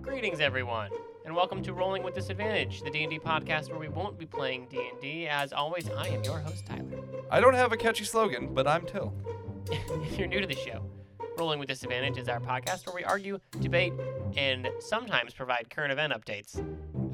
Greetings, everyone, and welcome to Rolling with Disadvantage, the D&D podcast where we won't be playing D&D. As always, I am your host, Tyler. I don't have a catchy slogan, but I'm Till. if you're new to the show, Rolling with Disadvantage is our podcast where we argue, debate, and sometimes provide current event updates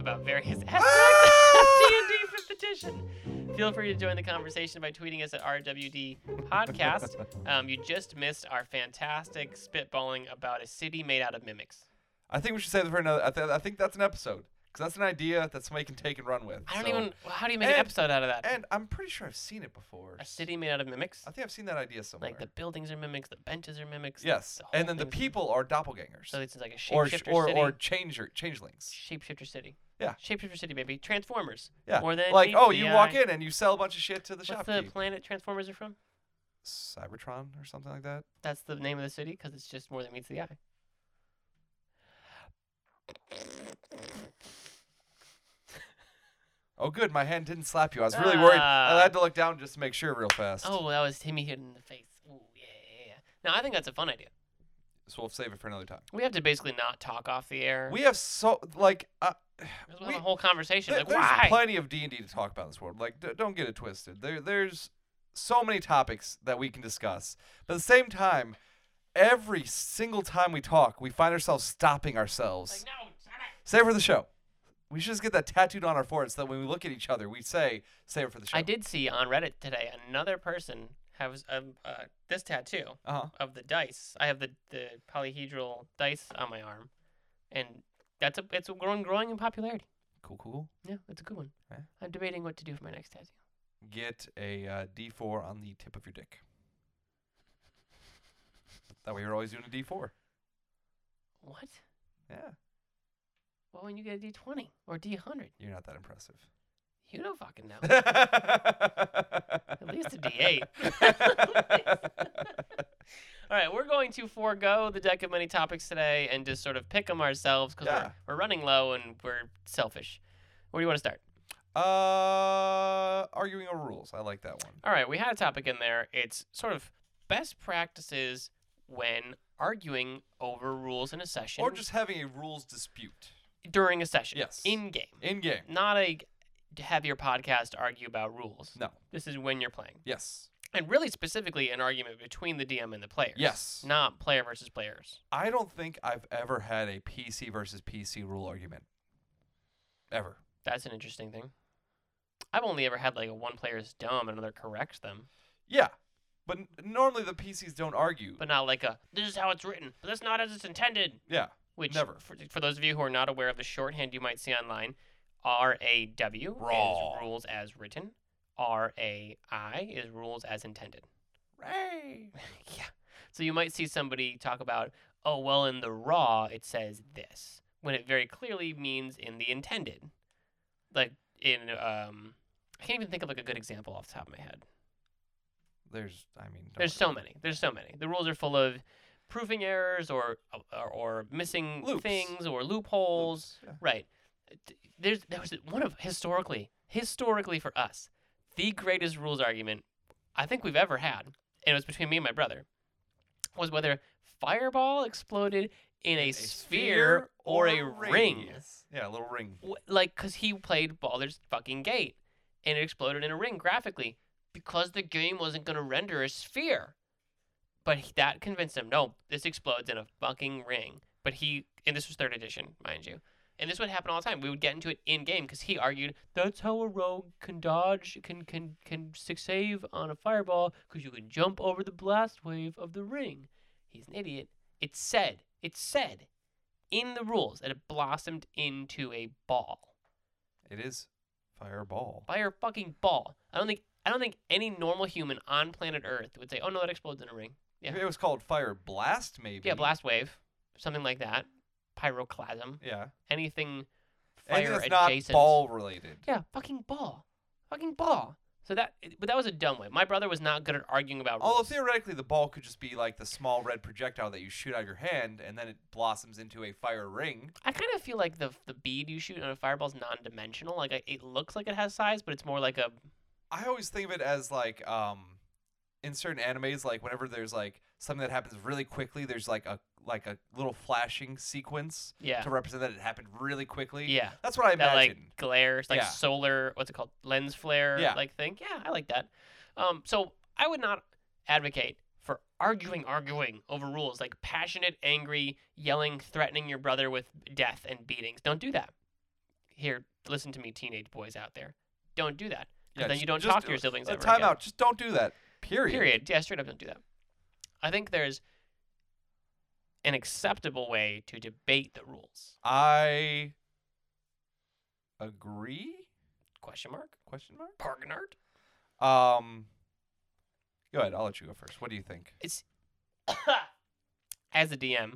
about various aspects of D&D Fifth Edition. Feel free to join the conversation by tweeting us at RWD Podcast. Um, you just missed our fantastic spitballing about a city made out of mimics. I think we should save that for another. I, th- I think that's an episode because that's an idea that somebody can take and run with. I don't So- eh, even. How do you make an And- episode out of that? And I'm pretty sure I've seen it before. a city made out of mimics? I think I've seen that idea somewhere. Like the buildings are mimics, the benches are mimics. yes, whole and then the thing's- people are doppelgangers, So it's like a or sh- shapeshifter or city. or changer changelings. shapeshifter city. Yeah. Shapeshifter city, baby. Transformers. Yeah, More than like meets oh, the you walk eye. in and you sell a bunch of shit to the What's the shopkeep. planet Transformers are from? Cybertron or something like that. That's the name of the city because it's just more than meets the eye. Oh, good, my hand didn't slap you. I was really worried. I Ah. had to look down just to make sure real fast. Oh, that was Timmy hit in the face. Ooh, yeah, yeah, yeah. No, I think that's a fun idea. so we'll save it for another time. We have to basically not talk off the air. We have so like uh, Because we- have a whole conversation. There- like, there's why? plenty of D and D to talk about in this world. Like, d- don't get it twisted. There, there's so many topics that we can discuss, but at the same time, every single time we talk, we find ourselves stopping ourselves. like, no, shut up. Save it for the show. We should just get that tattooed on our foreheads so that when we look at each other, we say, "Save it for the show." I did see on Reddit today another person has um, uh, this tattoo Uh huh. of the dice. I have the, the polyhedral dice on my arm, and that's a it's a growing growing in popularity. Cool, cool, cool. Yeah, it's a good one. Yeah. I'm debating what to do for my next tattoo. Get a uh, D4 on the tip of your dick. That way, you're always doing a D4. What? Yeah, Well, when you get a D20 or D100, you're not that impressive. you don't fucking know. At least a D8. All right, we're going to forego the deck of many topics today and just sort of pick them ourselves because Yeah. we're, we're running low and we're selfish. Where do you want to start? uh, arguing over rules. I like that one. All right, we had a topic in there. It's sort of best practices when arguing over rules in a session Or just having a rules dispute during a session. Yes. In game. in game. Not a have your podcast argue about rules. No. This is when you're playing. Yes. And really specifically an argument between the DM and the players. Yes. Not player versus players. I don't think I've ever had a PC versus PC rule argument. Ever. That's an interesting thing. I've only ever had like a one player is dumb and another corrects them, Yeah. But n- normally the PCs don't argue. but not like a this is how it's written, but that's not as it's intended. yeah. which Never. For, for those of you who are not aware of the shorthand you might see online, R A W Raw. is rules as written. R A I is rules as intended. Ray. yeah. So you might see somebody talk about, oh well, in the raw it says this, when it very clearly means in the intended. Like in um, I can't even think of like a good example off the top of my head. There's, I mean, don't There's worry. so many. There's so many. The rules are full of proofing errors or or, or missing Loops. things or loopholes. Oops, yeah. Right. T- There's there was one of historically historically for us the greatest rules argument I think we've ever had, and it was between me and my brother, was whether fireball exploded in a, sphere, or a ring. radius. Yeah, a little ring. W- Like, cause he played Baldur's fucking Gate, and it exploded in a ring graphically because the game wasn't gonna render a sphere. But he- that convinced him, no, this explodes in a fucking ring. But he, and this was third edition, mind you. And this would happen all the time. We would get into it in game because he argued that's how a rogue can dodge, can can can six save on a fireball because you can jump over the blast wave of the ring. He's an idiot. It said, it said, in the rules that it blossomed into a ball, It is fireball. fire fucking ball. I don't think I don't think any normal human on planet Earth would say, oh no, that explodes in a ring. Yeah. If it was called fire blast, maybe. Yeah, blast wave, something like that, pyroclasm, Yeah. anything fire Anything that's not adjacent. ball related. Yeah, fucking ball. Fucking ball. So that, but that was a dumb way. My brother was not good at arguing about rules. Although theoretically, the ball could just be like the small red projectile that you shoot out of your hand, and then it blossoms into a fire ring. I kind of feel like the the bead you shoot on a fireball is non-dimensional. Like I- it looks like it has size, but it's more like a I always think of it as like um, in certain animes, like whenever there's like something that happens really quickly, there's like a like a little flashing sequence Yeah. to represent that it happened really quickly. Yeah. That's what I That like imagine. glares, like Yeah. solar, what's it called, lens flare, Yeah. like thing. Yeah, I like that. Um, so I would not advocate for arguing, arguing over rules like passionate, angry, yelling, threatening your brother with death and beatings. Don't do that. Here, listen to me, teenage boys out there. Don't do that. 'Cause yeah, then j- you don't just talk to do your it. siblings Uh, ever Time again. out. Just don't do that. Period. Period. Yeah, straight up don't do that. I think there's an acceptable way to debate the rules. I agree. Question mark? Question mark. Pargnard? Um, go ahead. I'll let you go first. What do you think? as a DM,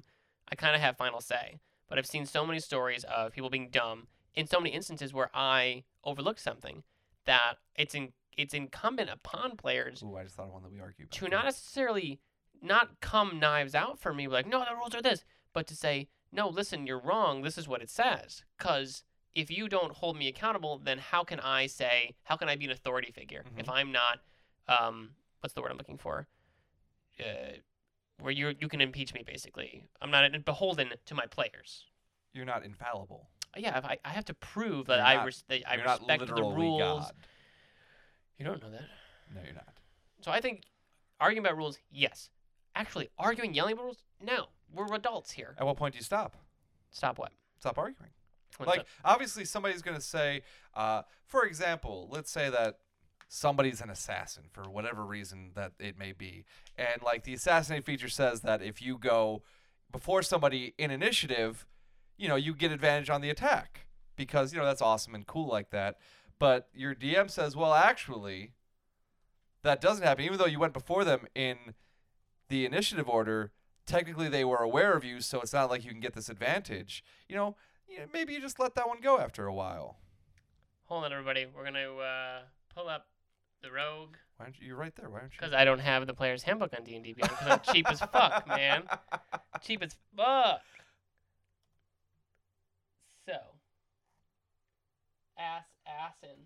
I kind of have final say, but I've seen so many stories of people being dumb in so many instances where I overlooked something that it's in, it's incumbent upon players Ooh, I just thought of one that we argued. about. to not necessarily not come knives out for me like no the rules are this but to say no listen you're wrong this is what it says because if you don't hold me accountable then how can i say how can i be an authority figure if i'm not um, what's the word i'm looking for uh, where you you can impeach me basically i'm not beholden to my players You're not infallible. yeah if I, I have to prove that You're i, not- res- that I you're not respect the literally rules God. you don't know that No, you're not. So I think arguing about rules, yes. Actually, arguing, yelling about rules, no. We're adults here. At what point do you stop? Stop what? Stop arguing. What's like up? obviously somebody's going to say uh, for example let's say that somebody's an assassin for whatever reason that it may be and like the assassinate feature says that if you go before somebody in initiative you know you get advantage on the attack because you know that's awesome and cool like that but your dm says well actually that doesn't happen even though you went before them in the initiative order technically they were aware of you so it's not like you can get this advantage you know yeah, maybe you just let that one go after a while. Hold on, everybody. We're going to uh, pull up the rogue Why aren't you? You're right there. Why aren't you? because I don't have the player's handbook on D&D Beyond because I'm cheap as fuck, man. Cheap as fuck. So, ass assin.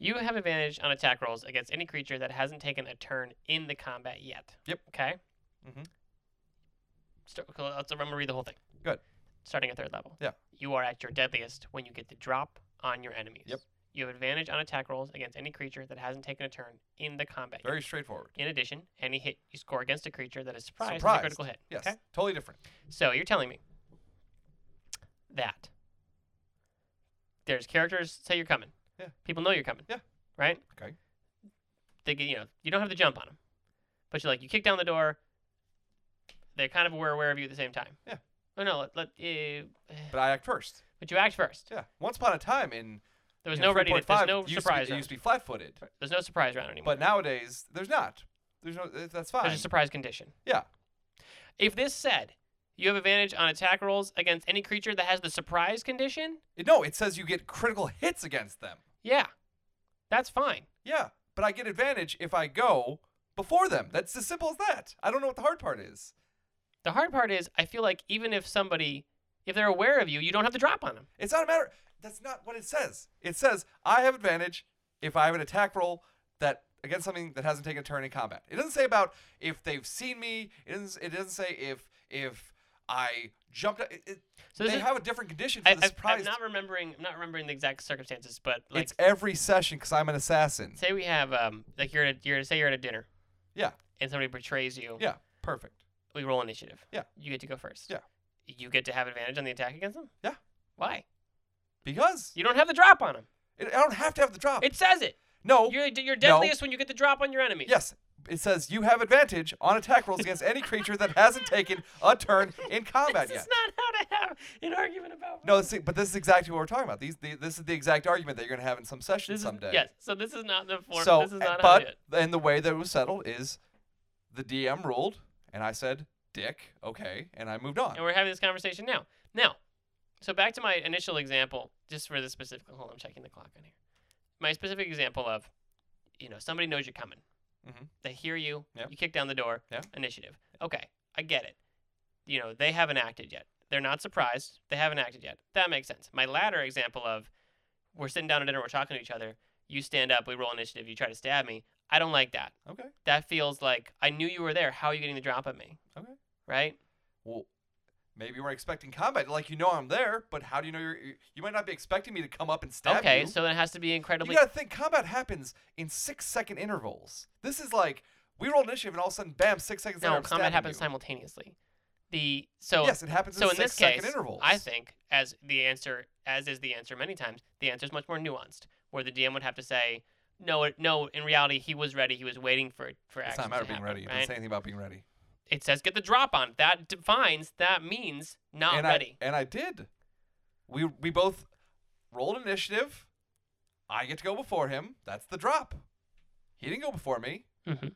You have advantage on attack rolls against any creature that hasn't taken a turn in the combat yet. Yep. Okay. Mhm. Start, okay, let's, I'm gonna read the whole thing. Good. Starting at third level. Yeah. You are at your deadliest when you get the drop on your enemies. Yep. You have advantage on attack rolls against any creature that hasn't taken a turn in the combat. yet. Very straightforward. In addition, any hit you score against a creature that is surprised, is Surprised. a critical hit. Yes. Okay. Totally different. So you're telling me that there's characters say you're coming. Yeah. People know you're coming. Yeah. Right. Okay. They get, you know you don't have the jump on them, but you're like you kick down the door. They're kind of aware aware of you at the same time. Yeah. Oh no, let, let eh, But I act first. but you act first. Yeah. Once upon a time in There was you know, no ready. There's 3.5, no it used to be- surprise It round. used to be flat-footed, There's no surprise round anymore. but nowadays there's not. There's no. th- That's fine. There's a surprise condition. Yeah. If this said, you have advantage on attack rolls against any creature that has the surprise condition. It- no, it says you get critical hits against them. Yeah, that's fine. Yeah, but I get advantage if I go before them. That's as simple as that. I don't know what the hard part is. The hard part is, I feel like even if somebody, if they're aware of you, you don't have to drop on them. It's not a matter. That's not what it says. It says I have advantage if I have an attack roll that against something that hasn't taken a turn in combat. It doesn't say about if they've seen me. It doesn't. It doesn't say if if I jumped. It, it, So this they is, have a different condition for I, the I, surprise. I'm not remembering, I'm not remembering the exact circumstances, but like, it's every session because I'm an assassin. say we have, um, like you're at, a, you're say you're at a dinner. Yeah. And somebody betrays you. Yeah, perfect. We roll initiative. Yeah. You get to go first. Yeah. You get to have advantage on the attack against them. Yeah. Why? Because You don't have the drop on them. it, I don't have to have the drop. It says it. no. You're you're deadliest when you get the drop on your enemy. Yes. It says you have advantage on attack rolls against any creature that hasn't taken a turn in combat This yet. is not how to have an argument about. No, this is, but this is exactly what we're talking about. These, the, this is the exact argument that you're going to have in some session This is- someday. Yes. So this is not the form. So, this is uh, not how to do but it. and the way that it was settled is, the DM ruled, and I said, "Dick, okay," and I moved on. And we're having this conversation now. Now, so back to my initial example, just for the specific. Hold on, I'm checking the clock on here. My specific example of, you know, somebody knows you're coming. Mhm. They hear you. Yep. You kick down the door. Yeah. Initiative. Okay, I get it. You know, they haven't acted yet. They're not surprised. They haven't acted yet. That makes sense. My latter example of, we're sitting down at dinner, we're talking to each other. You stand up, we roll initiative. You try to stab me. I don't like that. Okay. That feels like I knew you were there. How are you getting the drop on me? Okay. Right? Well, maybe we're expecting combat. Like you know I'm there, but how do you know you're? You might not be expecting me to come up and stab okay, you. so it has to be you incredibly gotta think combat happens in six second intervals. This is like we roll initiative and all of a sudden, bam, six seconds later. No, I'm combat stabbing happens you. simultaneously. The so yes, it happens so in, in six this second case, intervals. I think as the answer as is the answer many times, the answer is much more nuanced, where the DM would have to say, no, it- no, in reality, he was ready. He was waiting for for it's action not a matter of to being happen, ready. It right? doesn't say anything about being ready. It says get the drop on. That defines that means not and ready. I, and I did. We we both rolled initiative. I get to go before him. That's the drop. He didn't go before me. Mhm.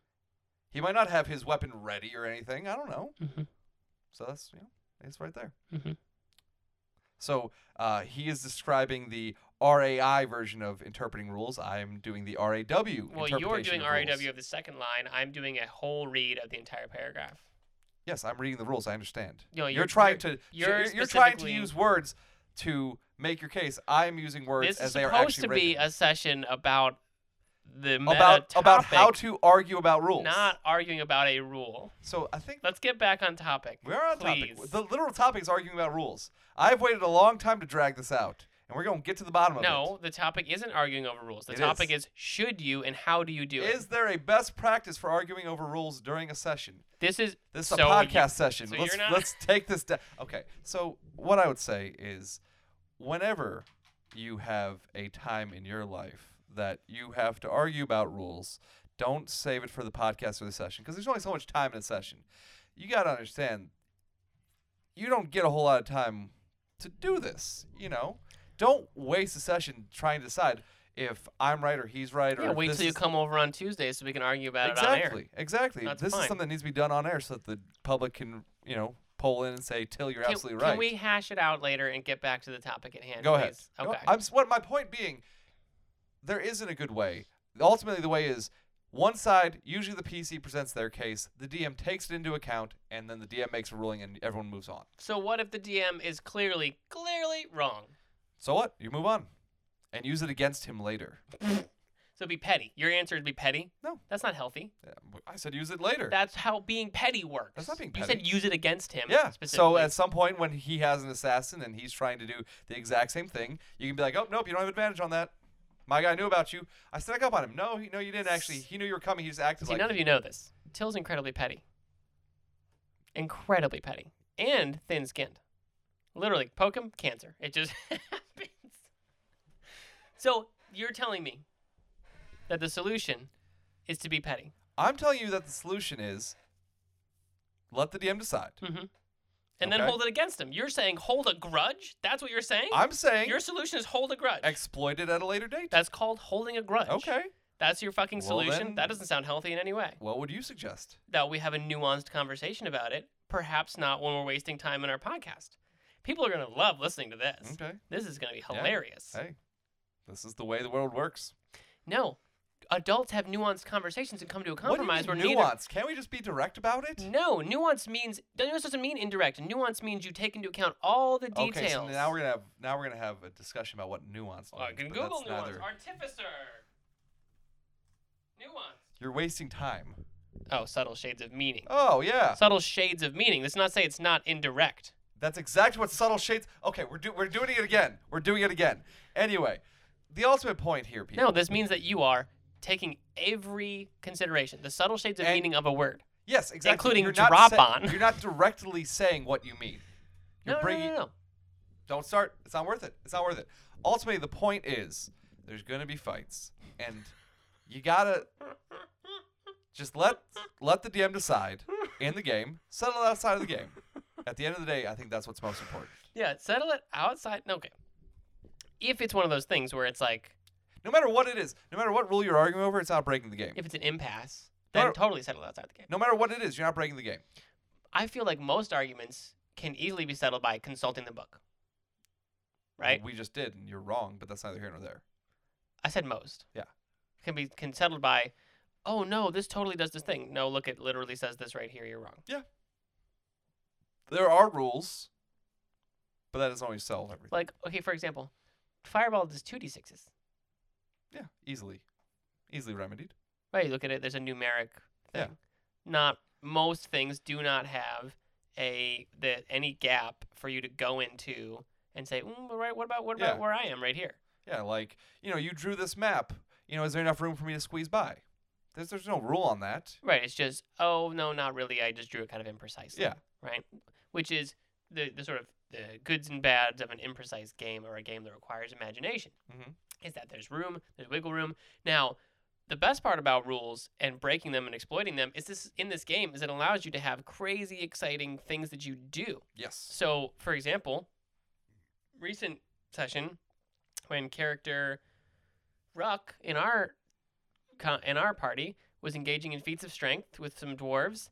He might not have his weapon ready or anything. I don't know. Mhm. So that's you know, it's right there. Mhm. So uh, he is describing the RAI version of interpreting rules. I'm doing the RAW. well, you're interpretation doing of rules. RAW of the second line. I'm doing a whole read of the entire paragraph. Yes, I'm reading the rules. I understand. No, you're, you're- trying you're- to you're you're, you're trying to specifically- use words to make your case. I'm using words This as is they are supposed actually to be written. a session about the meta about about how topic, to argue about rules. not arguing about a rule. so I think Let's get back on topic. we are on please. topic. The literal topic is arguing about rules. I've waited a long time to drag this out, and we're gonna get to the bottom of No, the topic isn't arguing over rules. The It topic is. should you and how do you it. do Is it? there a best practice for arguing over rules during a session? This is This is So a you- podcast session. so let's you're not- let's take this down. Okay. So what I would say is, whenever you have a time in your life that you have to argue about rules, don't save it for the podcast or the session because there's only so much time in a session. You got to understand, you don't get a whole lot of time to do this. You know, don't waste a session trying to decide if I'm right or he's right or yeah, if wait this till you is- come over on Tuesday so we can argue about exactly, it on air. Exactly. That's this fine. is something that needs to be done on air so that the public can, you know, poll in and say, "Till, you're Can, absolutely can right." we hash it out later and get back to the topic at hand? Go ahead. please? No, Okay. I'm s- what my point being, there isn't a good way. Ultimately, the way is one side. Usually, the PC presents their case. The DM takes it into account, and then the DM makes a ruling, and everyone moves on. so what if the DM is clearly, clearly wrong? So what? You move on, and use it against him later. So be petty. Your answer is be petty. No. that's not healthy. Yeah, w- I said use it later. That's how being petty works. That's not being You said petty. use it against him. yeah. So Specifically. at some point when he has an assassin and he's trying to do the exact same thing, you can be like, "Oh nope, you don't have advantage on that. My guy knew about you. I snuck up on him. No, he, no, you didn't actually. He knew you were coming. He just acted See, like none of you know this. Till's incredibly petty. Incredibly petty. And thin skinned. Literally, poke him, cancer. It just happens. So you're telling me that the solution is to be petty. I'm telling you that the solution is let the DM decide. hmm And then Mm-hmm. Okay. hold it against him. You're saying hold a grudge? That's what you're saying? I'm saying Your solution is hold a grudge. exploit it at a later date. That's called holding a grudge. okay. That's your fucking Well, solution. then- that doesn't sound healthy in any way. What would you suggest? that we have a nuanced conversation about it. Perhaps not when we're wasting time in our podcast. People are going to love listening to this. Okay. This is going to be Yeah. hilarious. Hey, this is the way the world works. No, adults have nuanced conversations and come to a What do you compromise mean where nuance? Can't we just be direct about it? neither. No, nuance means nuance doesn't mean indirect. Nuance means you take into account all the details. Okay, so now we're gonna have now we're gonna have a discussion about what nuance. Oh, I means, can but Google that's nuance. neither- Artificer. Nuance. You're wasting time. Oh, subtle shades of meaning. Oh yeah, Subtle shades of meaning. Let's not say it's not indirect. that's exactly what subtle shades. Okay, we're do- we're doing it again. We're doing it again. Anyway, the ultimate point here, people. No, this means that you are taking every consideration, the subtle shades of And- meaning of a word. Yes, exactly. Including you're not drop sa- on. You're not directly saying what you mean. No, You're no, bringing. no, no, no. Don't start. It's not worth it. It's not worth it. Ultimately, the point is there's gonna be fights, and you gotta just let let the DM decide in the game. Settle outside of the game. At the end of the day, I think that's what's most important. Yeah, settle it outside. no, Okay. If it's one of those things where it's like, No matter what it is, no matter what rule you're arguing over, it's not breaking the game. if it's an impasse, No, then no. totally settle it outside the game. No matter what it is, you're not breaking the game. I feel like most arguments can easily be settled by consulting the book. Right? We just did, and you're wrong, but that's neither here nor there. I said most. Yeah. Can be can settled by, oh no, this totally does this thing. No, look, it literally says this right here. You're wrong. There are rules, but that doesn't always solve everything. Like, okay, for example, fireball does two d sixes. Yeah, easily, easily remedied. Right, you look at it, there's a numeric thing. Yeah. Not most things do not have a that any gap for you to go into and say, mm, but right, what about what about Yeah. where I am right here? Yeah, like, you know, you drew this map. You know, is there enough room for me to squeeze by? There's there's no rule on that. Right, it's just, oh no, not really. I just drew it kind of imprecisely. Yeah. Right? Which is the the sort of the goods and bads of an imprecise game or a game that requires imagination. Mhm. Is that there's room, there's wiggle room. Now, the best part about rules and breaking them and exploiting them is this in this game is it allows you to have crazy exciting things that you do. Yes. So, for example, recent session when character Ruck in our co- in our party was engaging in feats of strength with some dwarves,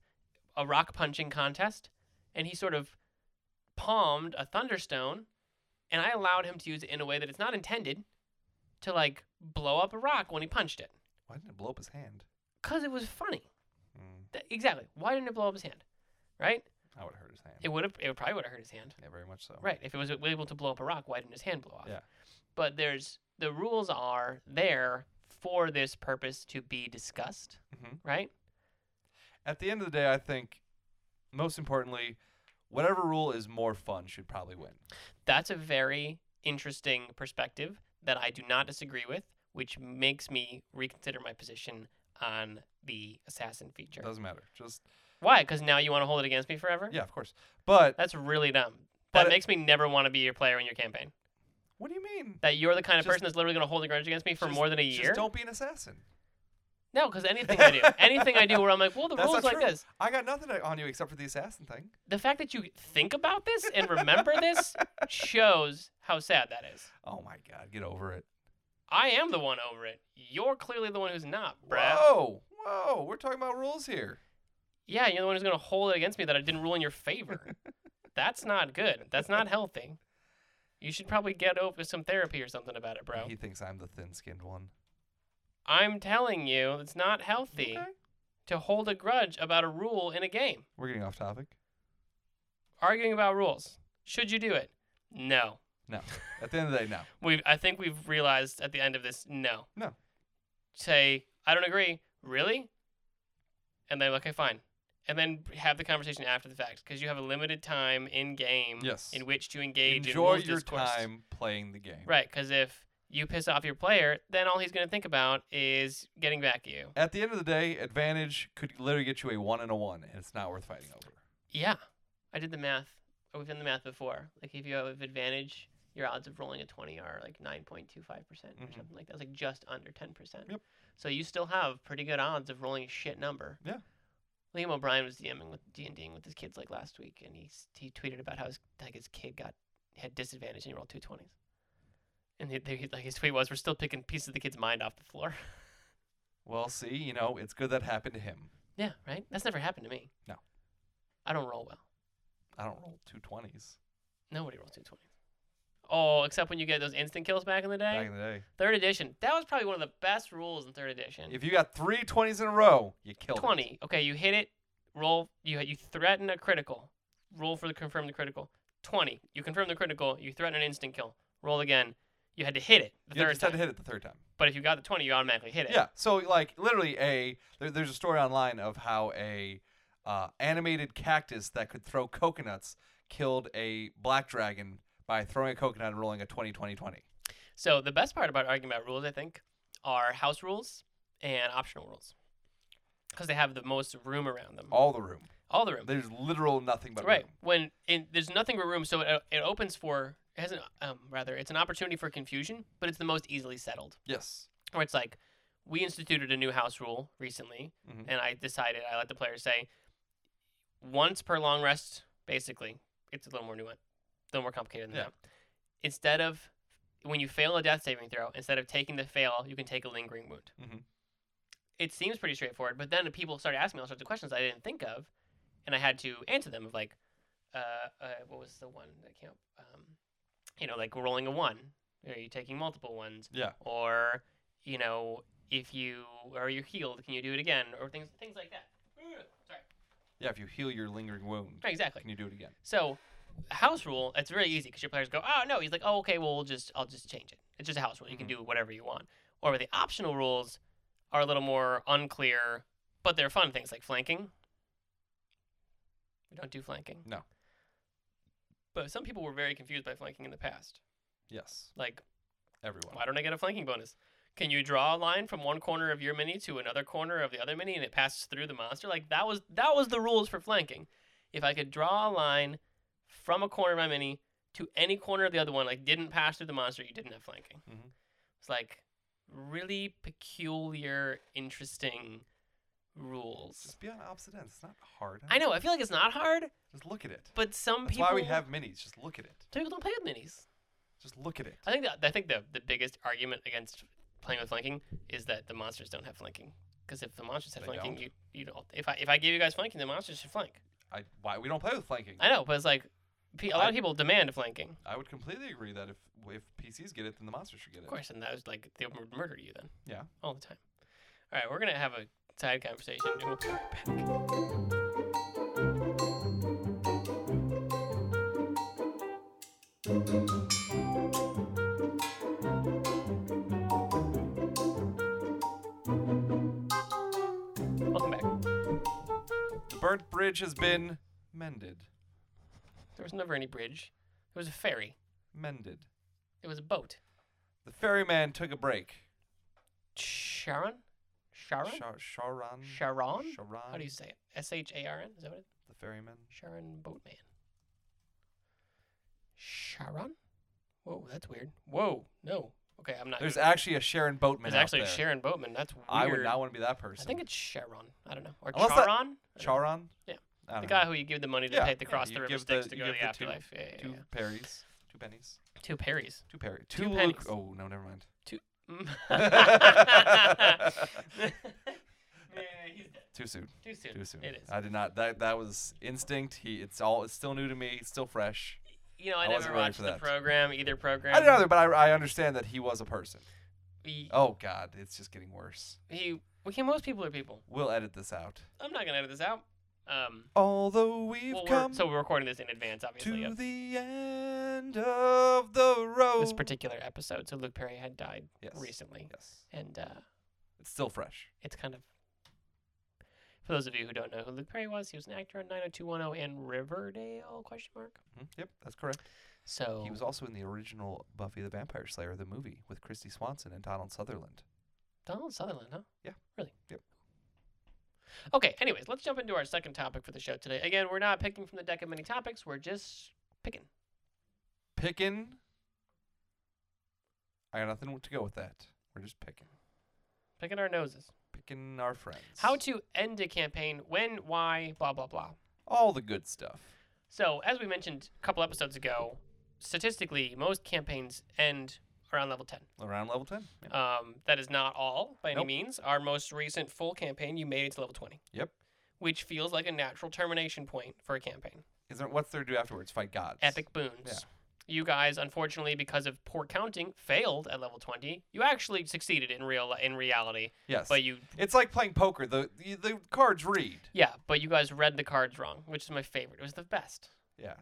a rock punching contest, and he sort of palmed a thunderstone, and I allowed him to use it in a way that it's not intended to like blow up a rock when he punched it Why didn't it blow up his hand? cuz it was funny. Mm, Th- exactly. Why didn't it blow up his hand? Right? I would hurt his hand. It would have it probably would have hurt his hand. yeah, very much so. Right. If it was able to blow up a rock, why didn't his hand blow off? Yeah. But there's the rules are there for this purpose to be discussed, Mhm. right? At the end of the day, I think most importantly, whatever rule is more fun should probably win. That's a very interesting perspective that I do not disagree with, which makes me reconsider my position on the assassin feature. Doesn't matter. Just Why? Because now you want to hold it against me forever? yeah, of course. But That's really dumb. But That it- makes me never want to be your player in your campaign. what do you mean? That you're the kind of Just- person that's literally going to hold a grudge against me for just- more than a year. Just don't be an assassin. No, because anything I do, anything I do, where I'm like, well, the That's rules not like true. this. I got nothing on you except for the assassin thing. the fact that you think about this and remember this shows how sad that is. Oh my god, get over it. I am the one over it. You're clearly the one who's not, Brad. Whoa, whoa, we're talking about rules here. Yeah, you're the one who's going to hold it against me that I didn't rule in your favor. That's not good. That's not healthy. You should probably get over some therapy or something about it, bro. He thinks I'm the thin-skinned one. I'm telling you, it's not healthy Okay. to hold a grudge about a rule in a game. We're getting off topic. Arguing about rules. Should you do it? No. At the end of the day, no. We I think we've realized at the end of this, no. No. Say, I don't agree. Really? And then okay, fine. And then have the conversation after the fact because you have a limited time in game Yes. in which to engage Enjoy in rules your discourse. time playing the game. Right, because if you piss off your player, then all he's going to think about is getting back at you. At the end of the day, advantage could literally get you a one and a one, and it's not worth fighting over. Yeah, I did the math. Or we've done the math before. Like if you have advantage, your odds of rolling a twenty are like nine point two five percent or Mhm. something like that. It's like just under ten percent. Yep. So you still have pretty good odds of rolling a shit number. Yeah. Liam O'Brien was DMing with D and Ding with his kids like last week, and he s- he tweeted about how his like his kid got had disadvantage and he rolled two twenties. And he, they, like his tweet was, "We're still picking pieces of the kid's mind off the floor." Well, see, you know, it's good that happened to him. yeah, right. That's never happened to me. No. I don't roll well. I don't roll two twenties Nobody rolls two twenty. Oh, except when you get those instant kills back in the day. back in the day. Third edition. That was probably one of the best rules in third edition. If you got three twenties in a row, you killed it. Twenty. Okay, you hit it. Roll. You you threaten a critical. Roll for the confirm the critical. Twenty. You confirm the critical. You threaten an instant kill. Roll again. You had to hit it the You third just had time. to hit it the third time. But if you got the twenty, you automatically hit it. Yeah. So like literally a there, there's a story online of how a uh, animated cactus that could throw coconuts killed a black dragon by throwing a coconut and rolling a 20 20 20. So the best part about arguing about rules, I think, are house rules and optional rules, because they have the most room around them. All the room. All the room. There's literal nothing but right room. when in, there's nothing but room so it, it opens for it has an, um, rather it's an opportunity for confusion but it's the most easily settled Yes. where it's like we instituted a new house rule recently Mhm. and i decided i let the players say once per long rest basically it's a little more nuanced a little more complicated than Yeah. that instead of when you fail a death saving throw instead of taking the fail you can take a lingering wound Mhm. it seems pretty straightforward but then people started asking me all sorts of questions i didn't think of and i had to answer them of like uh, uh what was the one that came up um, you know like rolling a one are you taking multiple ones Yeah. or you know if you or you're healed can you do it again or things things like that Ugh, sorry Yeah, if you heal your lingering wound, Right, exactly can you do it again? so house rule it's really easy because your players go oh no he's like oh okay well we'll just i'll just change it it's just a house rule you can do whatever you want or with the optional rules are a little more unclear, but they're fun things like flanking. We don't do flanking. No. But some people were very confused by flanking in the past. Yes, Like, everyone. why don't I get a flanking bonus? Can you draw a line from one corner of your mini to another corner of the other mini and it passes through the monster? Like that was that was the rules for flanking. If I could draw a line from a corner of my mini to any corner of the other one, like didn't pass through the monster, you didn't have flanking. Mhm. It's like really peculiar, interesting rules. Just be on opposite ends. It's not hard. I know, I feel like it's not hard, Just look at it. but some That's people why we have minis. Just look at it. some people don't play with minis. Just look at it. I think that I think the the biggest argument against playing with flanking is that the monsters don't have flanking. Because if the monsters had They flanking, don't. you you don't. If I if I give you guys flanking, the monsters should flank. I why we don't play with flanking. I know, but it's like pe- a lot I- of people demand flanking. I would completely agree that if if PCs get it, then the monsters should get it. Of course, and that was like they would murder you then. Yeah. all the time. All right, we're gonna have a side conversation. and We'll be right back. Welcome back. The burnt bridge has been mended. There was never any bridge. It was a ferry. Mended. It was a boat. The ferryman took a break. Sharon? Sharon? Shar- Sharon. Sharon? Sharon. How do you say it? S H A R N? Is that what it The ferryman. Sharon Boatman. Sharon? Whoa, that's weird. Whoa, no. Okay, I'm not. There's gonna- actually a Sharon Boatman. There's out actually there. Sharon Boatman. That's weird. I would not want to be that person. I think it's Sharon. I don't know. Or Unless that- Charon? Charon. Yeah. I don't The know. guy who you give the money to Yeah, take the yeah, cross you the river give Styx the- to you go to give the the two- afterlife. yeah, yeah, Two yeah. Perrys. Two pennies. Two Perrys. Two Perry. Two Two, Luc- pennies. Oh no, never mind. Mm. yeah, he's dead. Too soon. Too soon. Too soon. It is. I did not. That that was instinct. He. It's all. It's still new to me. Still fresh. you know, I, I wasn't never ready watched for the that. program, either program. I don't either, but I, I understand that he was a person. He, Oh God, it's just getting worse. he, well, he, most people are people. We'll edit this out. I'm not going to edit this out. Um, Although we've Well, we're, come so we're recording this in advance, obviously, to of the end of the road. this particular episode. So Luke Perry had died yes. recently, Yes. and uh, It's still fresh. it's kind of for those of you who don't know who Luke Perry was, he was an actor on 90210 and Riverdale? Question mark. Mhm, Yep, that's correct. So He was also in the original Buffy the Vampire Slayer, the movie, with Christy Swanson and Donald Sutherland. Donald Sutherland, huh? Yeah. Really? Yep. Okay. Anyways, let's jump into our second topic for the show today. Again, we're not picking from the deck of many topics. We're just picking. Picking. I got nothing to go with that. We're just picking, Picking our noses. picking our friends. How to end a campaign, when, why, blah, blah, blah. all the good stuff. So, as we mentioned a couple episodes ago, statistically, most campaigns end around level 10. Around level ten. Yeah. Um, that is not all by any Nope. means. Our most recent full campaign, you made it to level 20. Yep. Which feels like a natural termination point for a campaign. Is there what's there to do afterwards? Fight gods. Epic boons. You guys, unfortunately, because of poor counting, failed at level 20. You actually succeeded in real in reality, Yes. but you It's like playing poker. The the, the cards read. yeah, but you guys read the cards wrong, which is my favorite. It was the best. Yeah.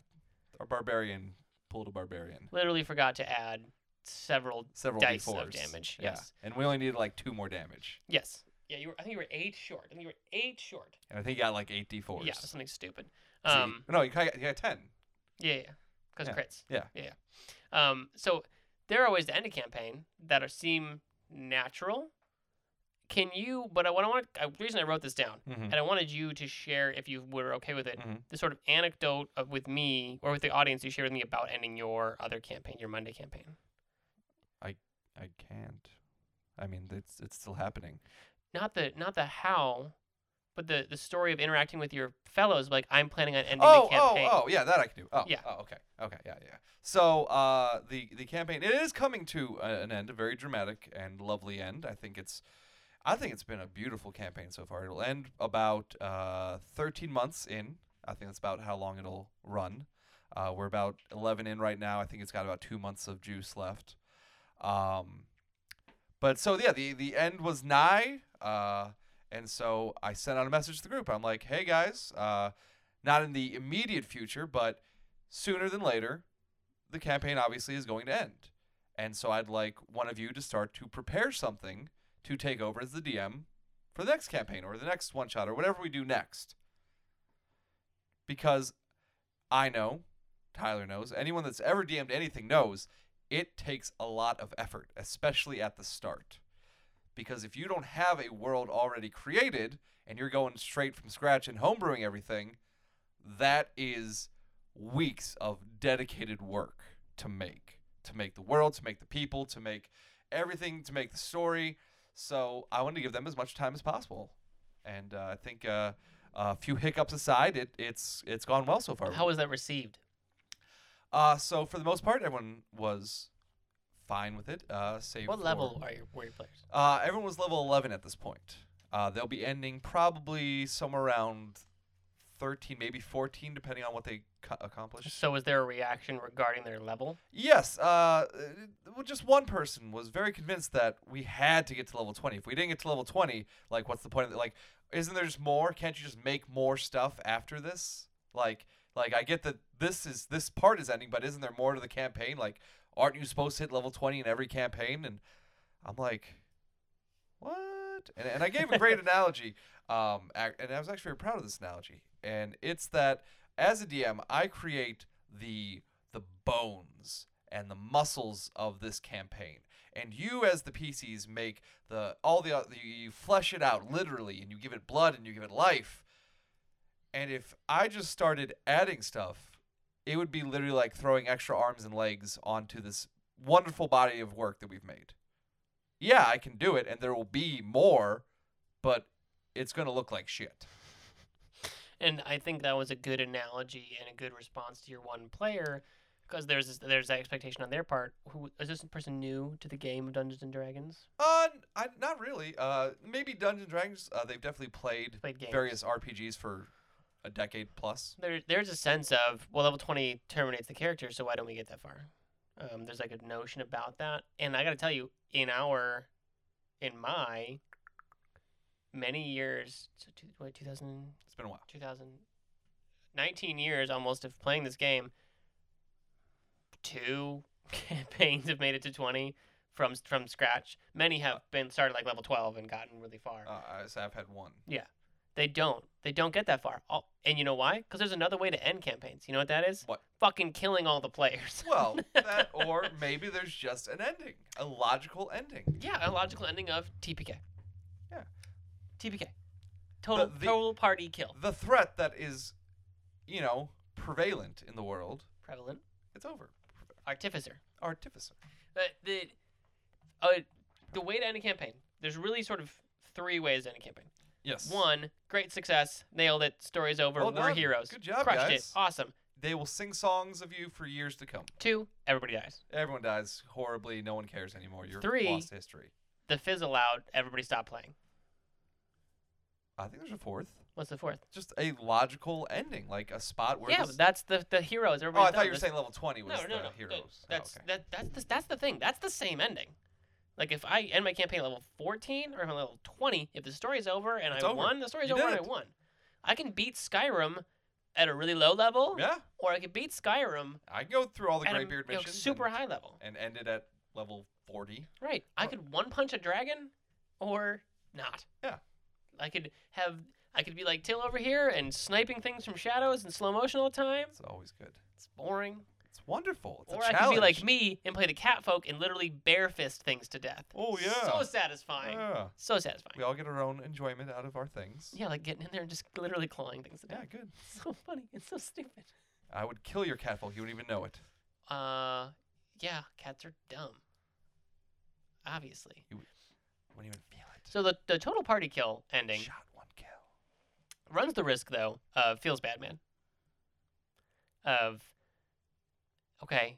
Our barbarian pulled a barbarian. Literally forgot to add several Several Dice of d4s. damage, Yeah. yes. And we only needed like two more damage. Yes. Yeah, you were. I think you were eight short. I think you were eight short. And I think he got like eight d4s. Yeah, something stupid. So he- Um, no, he got, he got ten. yeah, yeah, because Yeah, crits. yeah. yeah. Um, so there are ways to end a campaign that are seem natural. Can you? But I, what I want, I, the reason I wrote this down, Mm-hmm. and I wanted you to share, if you were okay with it, Mhm. the sort of anecdote of with me or with the audience you shared with me about ending your other campaign, your Monday campaign. I can't. I mean, it's it's still happening. Not the not the how, but the the story of interacting with your fellows. Like I'm planning on ending Oh, the oh, campaign. oh, yeah, that I can do. Oh, Yeah. Oh, okay, okay, yeah, yeah. So uh, the the campaign it is coming to a- an end, a very dramatic and lovely end. I think it's, I think it's been a beautiful campaign so far. It'll end about uh, 13 months in. I think that's about how long it'll run. Uh, we're about 11 in right now. I think it's got about two months of juice left. Um, but so yeah, the the end was nigh. Uh, and so I sent out a message to the group. I'm like, hey guys, uh, not in the immediate future, but sooner than later, the campaign obviously is going to end. And so I'd like one of you to start to prepare something to take over as the DM for the next campaign or the next one shot or whatever we do next. Because I know, Tyler knows, anyone that's ever DM'd anything knows, it takes a lot of effort, especially at the start. Because if you don't have a world already created and you're going straight from scratch and homebrewing everything, that is weeks of dedicated work to make. To make the world, to make the people, to make everything, to make the story. So I wanted to give them as much time as possible. And uh, I think uh, a few hiccups aside, it, it's it's gone well so far. How was that received? Uh, so for the most part, everyone was fine with it. Uh, save What for- level are your were your players? Uh, everyone was level 11 at this point. Uh, they'll be ending probably somewhere around 13, maybe 14, depending on what they co- accomplish. So was there a reaction regarding their level? Yes, uh, uh, well, just one person was very convinced that we had to get to level 20. If we didn't get to level 20, like, what's the point of it? Like, isn't there just more? Can't you just make more stuff after this? Like, like I get that this is this part is ending, but isn't there more to the campaign? Like, aren't you supposed to hit level 20 in every campaign? And I'm like, what? And, and I gave a great analogy, um, ac- and I was actually very proud of this analogy. And it's that as a DM, I create the the bones and the muscles of this campaign, and you as the PCs make the all the oth- you, you flesh it out literally, and you give it blood and you give it life. And if I just started adding stuff, it would be literally like throwing extra arms and legs onto this wonderful body of work that we've made yeah, I can do it, and there will be more, but it's going to look like shit. And I think that was a good analogy and a good response to your one player, because there's this, there's that expectation on their part. Who is this person new to the game of Dungeons and Dragons? Uh, n- I, not really. Uh, maybe Dungeons and Dragons. Uh, they've definitely played, Played games. various RPGs for a decade plus. There, there's a sense of well, level twenty terminates the character, so why don't we get that far? Um, there's like a notion about that, and I got to tell you, in our, in my, many years, so two, what, 2000, It's been a while. 2000, 19 years almost of playing this game. Two campaigns have made it to 20 from from scratch. Many have been started like level 12 and gotten really far. Uh, I- so I've had one. They don't. They don't get that far. All, and you know why? Because there's another way to end campaigns. You know what that is? What? Fucking killing all the players. Well, that or maybe there's just an ending, a logical ending. yeah, a logical ending of TPK. Yeah. TPK. Total, The- the- total party kill. The threat that is, you know, prevalent in the world, Prevalent. it's over. Artificer. Artificer. But the uh, the way to end a campaign, there's really sort of three ways to end a campaign. Yes. One, great success, nailed it, story's over, Well we're done. heroes. Good job, Crushed it. guys. Awesome. They will sing songs of you for years to come. Two, everybody dies. Everyone dies horribly. No one cares anymore. You're Three. lost to history. The fizzle out, everybody stop playing. I think there's a fourth. What's the fourth? Just a logical ending, like a spot where. yeah, this- but that's the the heroes. oh, I Everybody's thought done. you were That's- saying level twenty was no, no, the no. heroes. that- Oh, that's okay. that that's the, that's the thing. That's the same ending. Like if I end my campaign at level 14 or if I'm at level 20, if the story's over and It's I over. won, the story's You over did and I it. won. I can beat Skyrim at a really low level. Oh, Yeah, or I could beat Skyrim I can go through all the at a Greybeard you know, missions. super and, high level. And end it at level forty. Right. I Well- could one punch a dragon or not. Yeah. I could have I could be like Till over here and sniping things from shadows in slow motion all the time. It's always good. It's boring. It's wonderful. It's or a I could challenge. be like me and play the cat folk and literally bare fist things to death. Oh, So yeah. satisfying. Yeah. So satisfying. We all get our own enjoyment out of our things. Yeah, like getting in there and just literally clawing things to death. Yeah, good. So funny. It's so stupid. I would kill your catfolk. You wouldn't even know it. Uh yeah, cats are dumb. Obviously. Wouldn't even feel So the, the total party kill it. ending Shot one kill. runs the risk though of feels bad man. Of okay,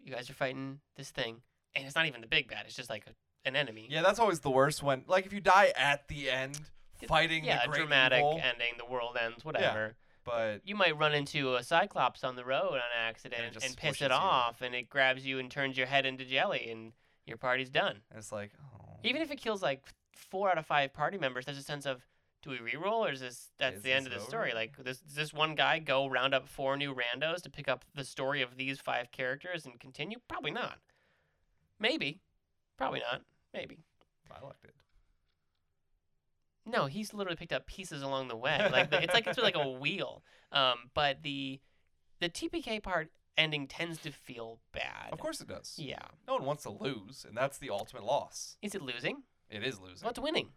you guys are fighting this thing, and it's not even the big bad. It's just like a, an enemy. Yeah, that's always the worst when, like, if you die at the end It- fighting Yeah, the a great dramatic evil, ending. The world ends. Whatever. but You might run into a cyclops on the road on accident just and, piss squishes it you. off, and it grabs you and turns your head into jelly, and your party's done. and it's like, oh, Even if it kills like four out of five party members, there's a sense of do we reroll or is this that's Is the end of the this over? story? Like this does this one guy go round up four new randos to pick up the story of these five characters and continue? Probably not. Maybe. Probably not. Maybe. I liked it. No, he's literally picked up pieces along the way. Like the- it's like it's like a wheel. Um, but the the TPK part ending tends to feel bad. Of course it does. Yeah. No one wants to lose, and that's the ultimate loss. Is it losing? It is losing. What's winning?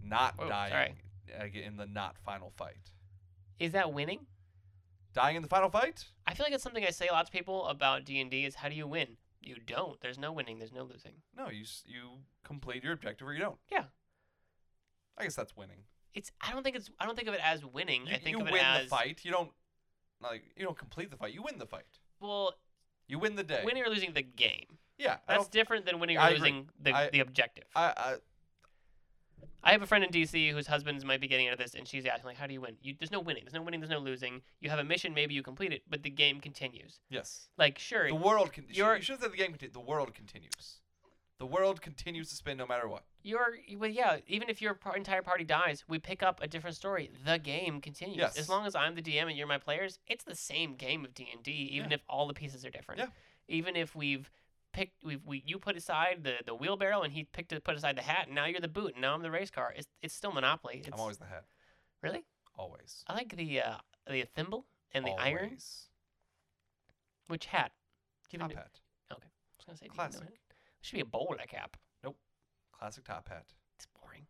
Not Whoa, dying uh, in the not final fight. Is that winning? Dying in the final fight? I feel like it's something I say a lot to people about D and D is how do you win? You don't. There's no winning. There's no losing. No, you s- you complete your objective or you don't. Yeah. I guess that's winning. It's. I don't think it's. I don't think of it as winning. You, Mm-hmm. I think you of it win as the fight. You don't like you don't complete the fight. You win the fight. well, You win the day. winning or losing the game. Yeah. I That's don't. different than winning or I agree. losing the, I- the objective. I, I I have a friend in DC whose husband's might be getting into this, and she's asking like, "How do you win? You, there's no winning. There's no winning. There's no losing. You have a mission. Maybe you complete it, but the game continues. yes. Like, sure, The world. Con- you should- You're- you should say the game continues. The world continues. The world continues to spin no matter what. your well, yeah. Even if your par- entire party dies, we pick up a different story. The game continues. Yes. As long as I'm the DM and you're my players, it's the same game of D and D, even if all the pieces are different. Yeah. Even if we've picked, we've we you put aside the the wheelbarrow and he picked to put aside the hat, and now you're the boot, and now I'm the race car. It's it's still Monopoly. It's, I'm always the head. really. Always. I like the uh, the thimble and the iron. Always. Which hat? Do you Top even know- hat. I was gonna say, do you even know Classic. it? Should be a bowler cap. Classic top hat. It's boring.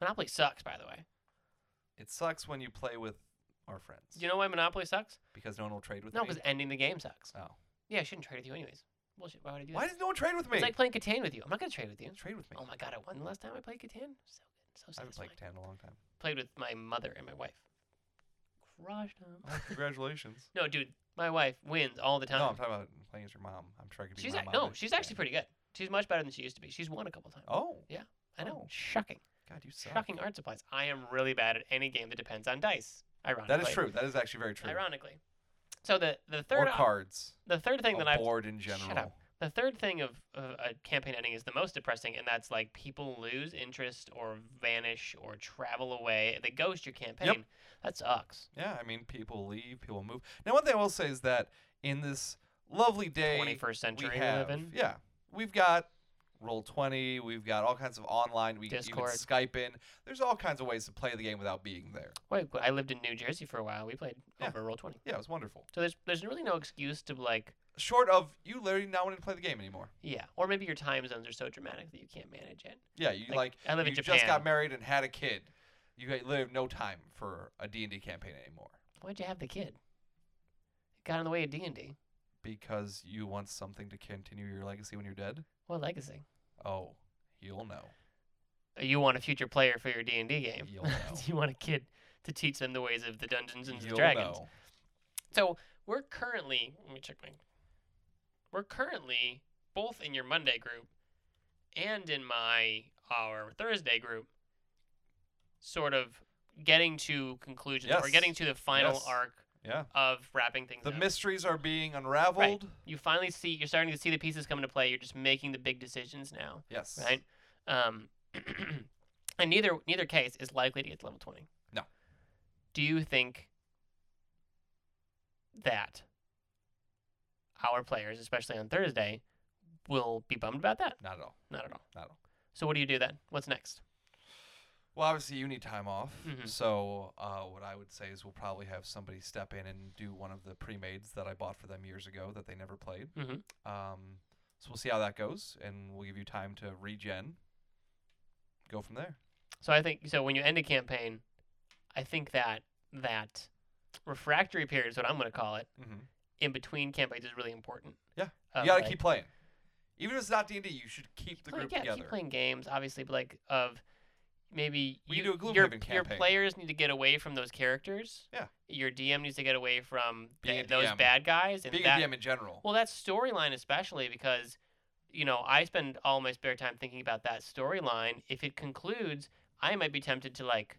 Monopoly sucks, by the way. It sucks when you play with our friends Do you know why Monopoly sucks? because no one will trade with No, me. because ending the game sucks. Oh. Yeah, I shouldn't trade with you anyways. Bullshit. Why would I do Why that? does no one trade with me? It's like playing Catan with you. I'm not gonna trade with you. trade with me. Oh my god, I won the last time I played Catan. So good, so I haven't satisfying. played Catan in a long time. Played with my mother and my wife. Crushed 'em. Oh, congratulations. No, dude, my wife wins all the no, time. I'm talking about playing as your mom. I'm sure I could be she's my ac- mom no, at she's actually Catan. pretty good. She's much better than she used to be. She's won a couple times. Oh, I know. oh. Shocking. God, you suck. Shocking art supplies. I am really bad at any game that depends on dice. Ironically. That is true. That is actually very true. Ironically. So the the Or third op- cards. the third thing or that I've board in Shut general. up. the third thing of uh, a campaign ending is the most depressing, and that's like people lose interest or vanish or travel away. They ghost your campaign. That sucks. Yeah, I mean, people leave, people move. Now, one thing I will say is that in this lovely day, Twenty first century we we have, live in. yeah, we've got roll twenty, we've got all kinds of online, we can even Discord. Skype in. There's all kinds of ways to play the game without being there. Wait, but I lived in New Jersey for a while. We played Yeah. over roll twenty. Yeah, it was wonderful. So there's there's really no excuse to like Short of you literally not wanting to play the game anymore. yeah, or maybe your time zones are so dramatic that you can't manage it. Yeah, you like, I live you in Japan. just got married and had a kid. You ha- literally have no time for a D and D campaign anymore Why'd you have the kid? It got in the way of D and D. because you want something to continue your legacy when you're dead. What legacy? Oh, you'll know. You want a future player for your D and D game. You'll know. you want a kid to teach them the ways of the Dungeons and You'll Dragons. know. So we're currently let me check my we're currently both in your Monday group and in my our Thursday group sort of getting to conclusions or Yes. getting to the final Yes. arc Yeah. of wrapping things The up. mysteries are being unraveled. you finally see you're starting to see the pieces come into play. You're just making the big decisions now, Yes. right? Um, and neither neither case is likely to get to level twenty. No. Do you think that our players, especially on Thursday, will be bummed about that? Not at all. Not at all. Not at all. So what do you do then? What's next? Well, obviously you need time off. Mhm. So uh, what I would say is we'll probably have somebody step in and do one of the pre-mades that I bought for them years ago that they never played. Mhm. Um, so we'll see how that goes, and we'll give you time to regen. Go from there. So I think so when you end a campaign, I think that that refractory period is what I'm going to call it. Mm-hmm. In between campaigns is really important. Yeah. Of, you gotta like, keep playing. Even if it's not D and D, you should keep the play- group yeah, together. keep playing games, obviously, but like of maybe We you, can do a your, Gloomhaven your campaign. players need to get away from those characters. Yeah. Your DM needs to get away from Being th- a those DM. bad guys and Being that a DM in general. well, that storyline especially because, you know, I spend all my spare time thinking about that storyline. If it concludes, I might be tempted to like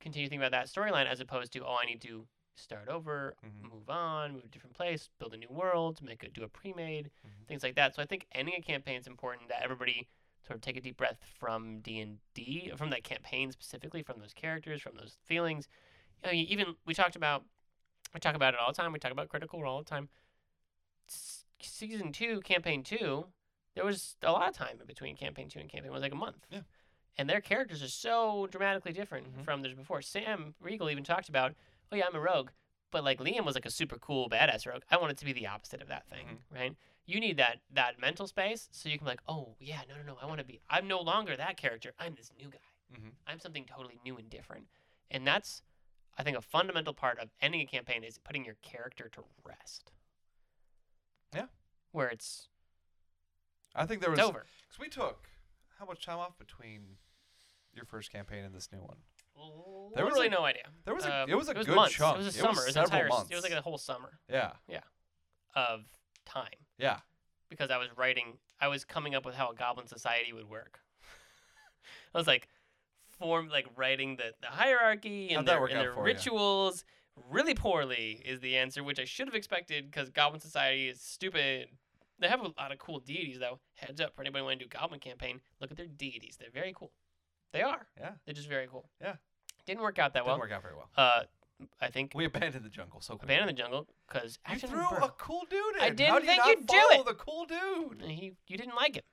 continue thinking about that storyline as opposed to oh, I need to start over, Mhm. move on, move to a different place, build a new world, make a do a pre-made, Mhm. things like that. So I think ending a campaign is important that everybody sort of take a deep breath from D and D, from that campaign specifically, from those characters, from those feelings. I mean, even we talked about, we talk about it all the time. We talk about Critical Role all the time. S- season two, campaign two, there was a lot of time in between campaign two and campaign one, it was like a month. Yeah. and their characters are so dramatically different Mhm. from theirs before. Sam Riegel even talked about, oh yeah, I'm a rogue, but like Liam was like a super cool badass rogue. I wanted to be the opposite of that thing, Mm-hmm. right? You need that that mental space so you can be like, oh yeah, no no no, I want to be. I'm no longer that character. I'm this new guy. Mhm. I'm something totally new and different, and that's. I think a fundamental part of ending a campaign is putting your character to rest. Yeah. Where it's, I think there was it's over. Because we took how much time off between your first campaign and this new one? There was Literally a- no idea. there was a- Um, it was a good months. chunk. It was a It was summer. It was, an several entire, s- It months. was like a whole summer Yeah, of time yeah. because I was writing. I was coming up with how a goblin society would work. I was like, form like writing the, the hierarchy How'd and that their, work and out their for ya? rituals. Really poorly is the answer, which I should have expected because goblin society is stupid. They have a lot of cool deities though. Heads up for anybody want to do goblin campaign. Look at their deities. They're very cool. They are. Yeah. They're just very cool. Yeah. Didn't work out that Didn't well. work out very well. Uh, I think We abandoned the jungle so quickly. Abandon the Jungle because You threw a cool dude I in. How didn't do you think not you'd do follow it. The cool dude. he you didn't like him.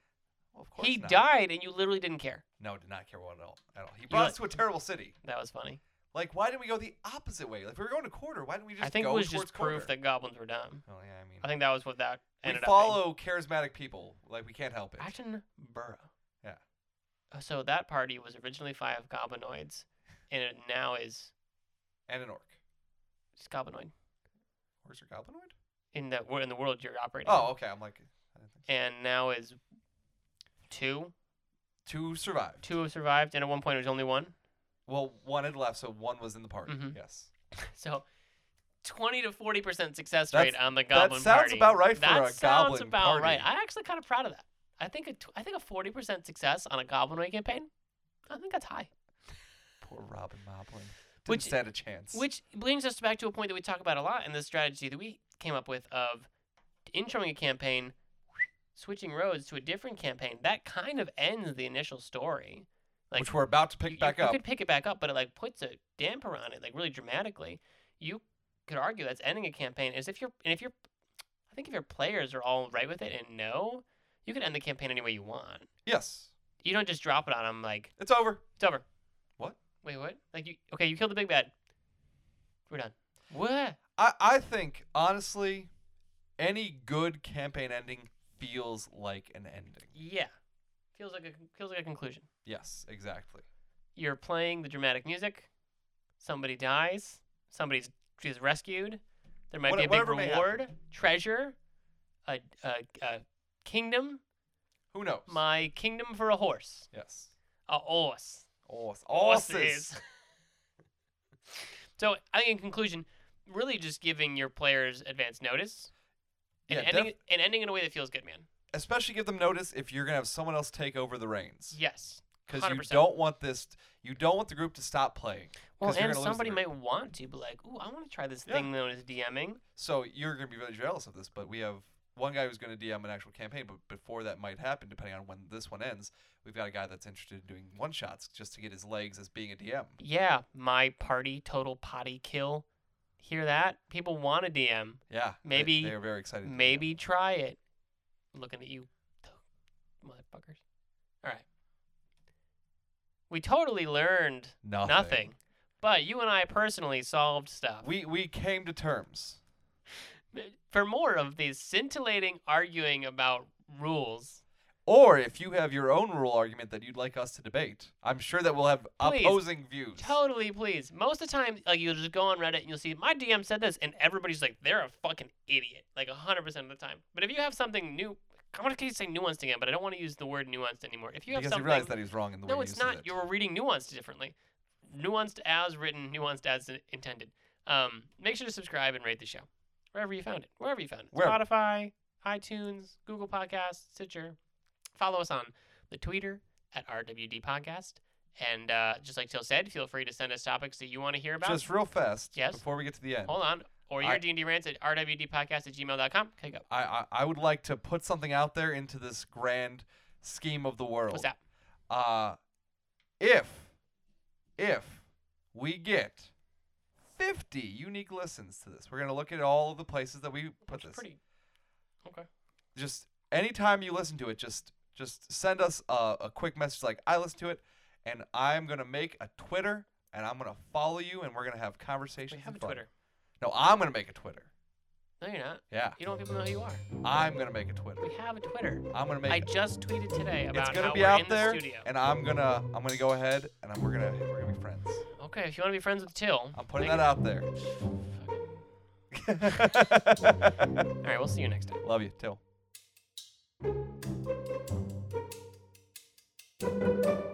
Well, of course He not. died and you literally didn't care. No, did not care what at all. At all. He brought us to a terrible city. That was funny. Like, why didn't we go the opposite way? Like, if we were going to quarter, why didn't we just I think it go was towards just proof quarter? that goblins were dumb. Well, yeah, I mean, I think that was what that ended we up. follow charismatic people. Like, we can't help it. being. Acton Burrow. Yeah. Uh, So that party was originally five goblinoids, and it now is and an orc. just goblinoid Orcs are goblinoid. in the wor- in the world you're operating. Oh, okay. I'm like, I didn't think in. and now is two. so. two survived. Two have survived, and at one point it was only one. Well, one had left, so one was in the party. Mhm. Yes. So, twenty to forty percent success That's- rate on the goblin sounds party. about right for That a sounds goblin about party. right. I'm actually kind of proud of that. I think a tw- I think a forty percent success on a goblin raid campaign. I think that's high. Poor Robin Moblin. Didn't Which- stand a chance. Which brings us back to a point that we talk about a lot in the strategy that we came up with of introing a campaign, switching roads to a different campaign. That kind of ends the initial story. Like Which we're about to pick you, back you up. could pick it back up, but it like puts a damper on it, like really dramatically. You could argue that's ending a campaign is if you're and if you're I think if your players are all right with it and know, you could end the campaign any way you want. Yes. You don't just drop it on them like It's over. it's over. What? Wait, what? Like you okay? You killed the big bad. We're done. What? I, I think, honestly, any good campaign ending feels like an ending. Yeah. Feels like a con- feels like a conclusion. Yes, exactly. You're playing the dramatic music. Somebody dies. Somebody's is rescued. There might What- be a big whatever may happen. reward, treasure, a, a, a kingdom. Who knows? My kingdom for a horse. yes. A horse. Horse. Horses. Horses. so I think in conclusion, really just giving your players advance notice and Yeah, ending def- it and ending in a way that feels good, man. Especially give them notice if you're gonna have someone else take over the reins, Yes. because you 100%. don't want this. You don't want the group to stop playing. Well, 'Cause you're and gonna lose the somebody group. might want to be like, "Ooh, I want to try this Yeah. thing known as DMing." So you're gonna be really jealous of this, but we have one guy who's gonna DM an actual campaign, but before that might happen, depending on when this one ends, we've got a guy that's interested in doing one shots just to get his legs as being a DM. Yeah, my party total potty kill. Hear that? People want a DM. Yeah. they- Maybe- they, are very excited. to DM. Maybe try it. Looking at you, motherfuckers. All right. We totally learned nothing. nothing, but you and I personally solved stuff. We we came to terms. For more of these scintillating arguing about rules, Or if you have your own rule argument that you'd like us to debate, I'm sure that we'll have Please, opposing views. Totally, please. Most of the time, like you'll just go on Reddit and you'll see my DM said this, and everybody's like, they're a fucking idiot, like hundred percent of the time. But if you have something new, I want to say nuanced again, but I don't want to use the word nuanced anymore. If you have because he something, realized that he's wrong in the way no, he it's uses not. it. You were reading nuanced differently. Nuanced as written, nuanced as in- intended. Um, make sure to subscribe and rate the show wherever you found it. Wherever you found it, Wherever. Spotify, iTunes, Google Podcasts, Stitcher. Follow us on the Twitter at RWD Podcast. And uh, just like Till said, feel free to send us topics that you want to hear about. Just real fast Yes? before we get to the end. Hold on. Or your I- D&D rants at rwdpodcast at gmail.com. Okay, go. I, I I would like to put something out there into this grand scheme of the world. What's that? uh, if if we get 50 unique listens to this we're going to look at all of the places that we put That's this pretty. Okay. just anytime you listen to it just just send us a, a quick message like i listened to it and I'm gonna make a Twitter, and I'm gonna follow you, and we're gonna have We conversations. have and a fun. Twitter. No, I'm gonna make a Twitter. No, you're not. Yeah, You don't want people to know who you are. I'm gonna make a Twitter. We have a Twitter. I'm gonna make. I it. just tweeted today about it's gonna how be we're out in there, the studio. and I'm gonna I'm gonna go ahead, and I'm, we're gonna we're gonna be friends. Okay, if you want to be friends with Till. I'm putting make that out there. it- All right, we'll see you next time. Love you, Till.